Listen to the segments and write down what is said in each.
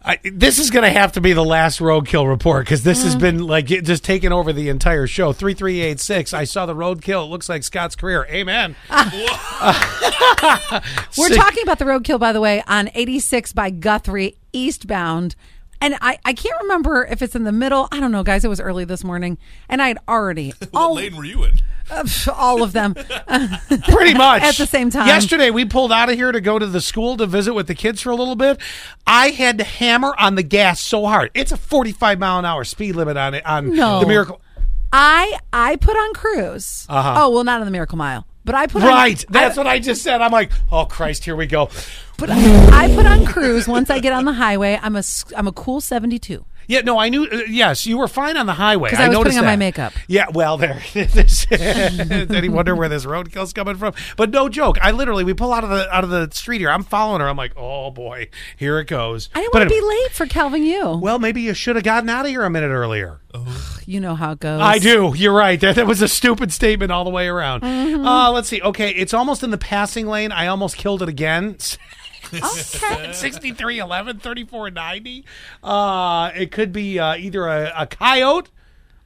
I, this is going to have to be the last roadkill report because this Mm. has been like it just taking over the entire show. Three three eight six. I saw the roadkill. It looks like Scott's career. Amen. We're See- talking about the roadkill, by the way, on 86 by Guthrie, eastbound. And I, I can't remember if it's in the middle. I don't know, guys. It was early this morning, and I had already What all, lane were you in? uh, pff, all of them. Pretty much At the same time. Yesterday we pulled out of here to go to the school to visit with the kids for a little bit. I had to hammer on the gas so hard. It's a forty five mile an hour speed limit on it on No. the miracle. Uh-huh. I I put on cruise. Oh well, not on the Miracle Mile, but I put Right. On, I, That's what I just said. I'm like, oh Christ, here we go. put, I put on cruise. Once I get on the highway, I'm a s- I'm a cool 72. Yeah, no, I knew. uh, yes, you were fine on the highway. 'Cause I was noticed putting on my that. makeup. Yeah, well, there. Does any wonder where this roadkill's coming from? But no joke. I literally we pull out of the out of the street here. I'm following her. I'm like, oh boy, here it goes. I didn't But want to anyway, be late for Calvin U. Well, maybe you should have gotten out of here a minute earlier. you know how it goes. I do. You're right. That, that was a stupid statement all the way around. Mm-hmm. Uh, let's see. Okay, it's almost in the passing lane. I almost killed it again. Okay. 63 11 34 90 uh it could be uh, either a, a coyote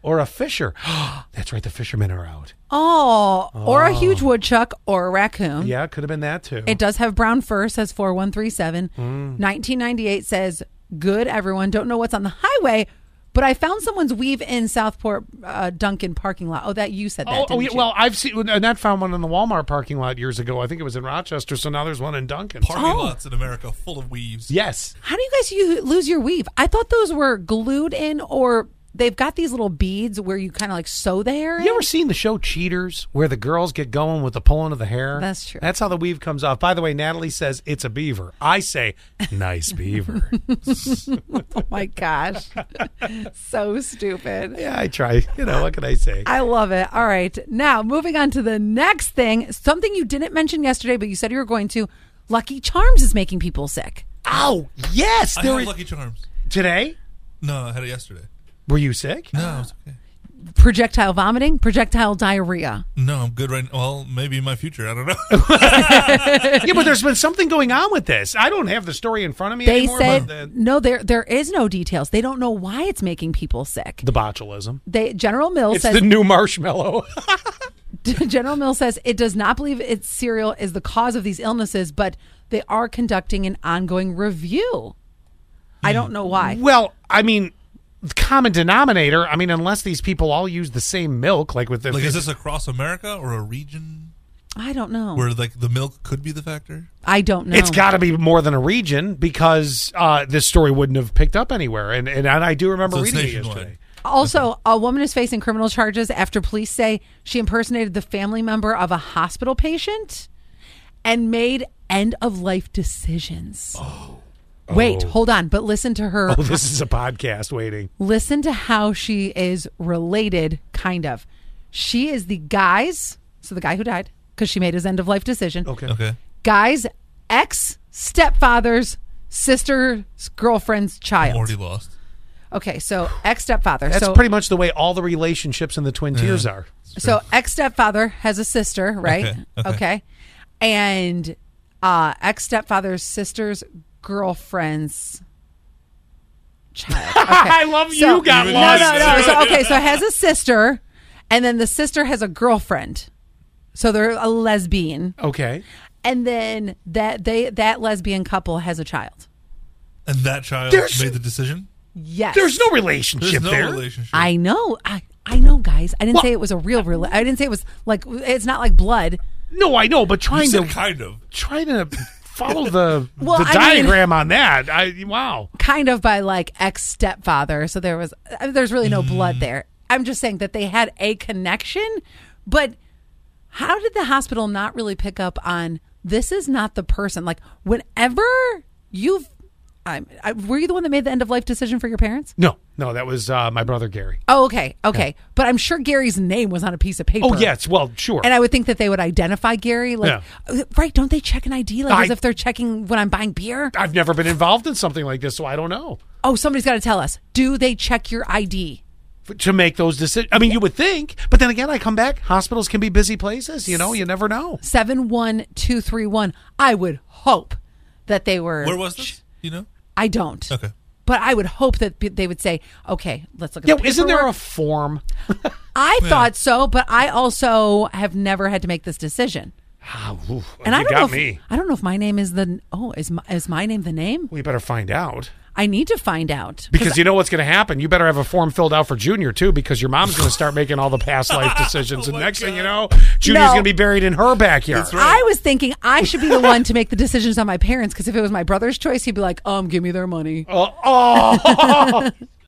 or a fisher that's right the fishermen are out Oh, or a huge woodchuck or a raccoon. yeah it could have been that too It does have brown fur, says 4137. Mm. 1998 says, Good, everyone. Don't know what's on the highway, but I found someone's weave in Southport uh, Duncan parking lot. Oh, that you said that. Oh, oh didn't yeah, you? well, I've seen Annette found one in the Walmart parking lot years ago. I think it was in Rochester. So now there's one in Duncan. Parking Oh. lots in America full of weaves. yes, How do you guys you lose your weave? I thought those were glued in, or they've got these little beads where you kind of like sew the hair. you in. ever seen the show Cheaters, where the girls get going with the pulling of the hair? That's true. That's how the weave comes off. By the way, Natalie says it's a beaver. I say nice beaver. oh my gosh, so stupid. yeah, I try. You know what can I say? I love it. All right. Now, moving on to the next thing, something you didn't mention yesterday, but you said you were going to. Lucky Charms is making people sick. Ow! Yes, I there had is- Lucky Charms. today. No, I had it yesterday. Were you sick? No, it's okay. Projectile vomiting, projectile diarrhea. No, I'm good right now. Well, maybe in my future. I don't know. yeah, but there's been something going on with this. I don't have the story in front of me They anymore. said but the, no. There, there is no details. They don't know why it's making people sick. the botulism. They General Mills It's says the new marshmallow. General Mills says it does not believe its cereal is the cause of these illnesses, but they are conducting an ongoing review. Hmm. I don't know why. well, I mean, the common denominator. I mean, unless these people all use the same milk, like with the like, is this across America or a region I don't know. where like the milk could be the factor? I don't know. It's got to be more than a region because uh, this story wouldn't have picked up anywhere. And and, and I do remember So it's reading it nationwide. yesterday. Also, a woman is facing criminal charges after police say she impersonated the family member of a hospital patient and made end of life decisions. Wait, hold on, but listen to her. Oh, this is a podcast waiting. Listen to how she is related, kind of. She is the guy's, so the guy who died, because she made his end of life decision. Okay. Okay. Guy's ex stepfather's sister's girlfriend's I'm child. already lost. Okay, so ex stepfather. That's so pretty much the way all the relationships in the Twin Tiers are. So ex stepfather has a sister, right? Okay, Okay. okay. And uh ex stepfather's sister's girlfriend's child. Okay. I love So- you got No, no, lost. no, no. So okay, so has a sister and then the sister has a girlfriend. So they're a lesbian. Okay. And then that they that lesbian couple has a child. And that child There's- made the decision. Yes. There's no relationship There's no there. relationship. I know. I I know, guys. I didn't Well- say it was a real, real. I didn't say it was like it's not like blood. No, I know, but You trying said to kind of. trying to follow the Well, the I mean- diagram on that. I wow. kind of by like ex stepfather. So there was I mean, there's really no Mm. blood there. I'm just saying that they had a connection, but how did the hospital not really pick up on this is not the person? Like whenever you've I'm, I, were you the one that made the end of life decision for your parents? No, no, that was uh, my brother Gary. Oh, okay, okay. But I'm sure Gary's name was on a piece of paper. Oh yes, well sure. And I would think that they would identify Gary, like "Uh, right? Don't they check an ID, like as I- if they're checking when I'm buying beer? I, have never been involved in something like this, so I don't know oh, somebody's got to tell us. Do they check your ID? F- to make those decisions. I mean, you would think, but then again, I come back. Hospitals can be busy places. You know, you never know. 71231. I would hope that they were. Where was this? You know. I don't. Okay. But I would hope that p- they would say, okay, let's look at Yeah, the isn't there paperwork. a form? I thought so, but I also have never had to make this decision. Ah, oof, And I you don't know got if, me. I don't know if my name is the oh is my, is my name the name? We better find out I need to find out because you know what's going to happen. You better have a form filled out for Junior too, because your mom's going to start making all the past life decisions, Oh and my next thing you know, God. Junior's No. going to be buried in her backyard. I was thinking I should be the one to make the decisions on my parents because if it was my brother's choice, he'd be like, um, give me their money. Oh, oh.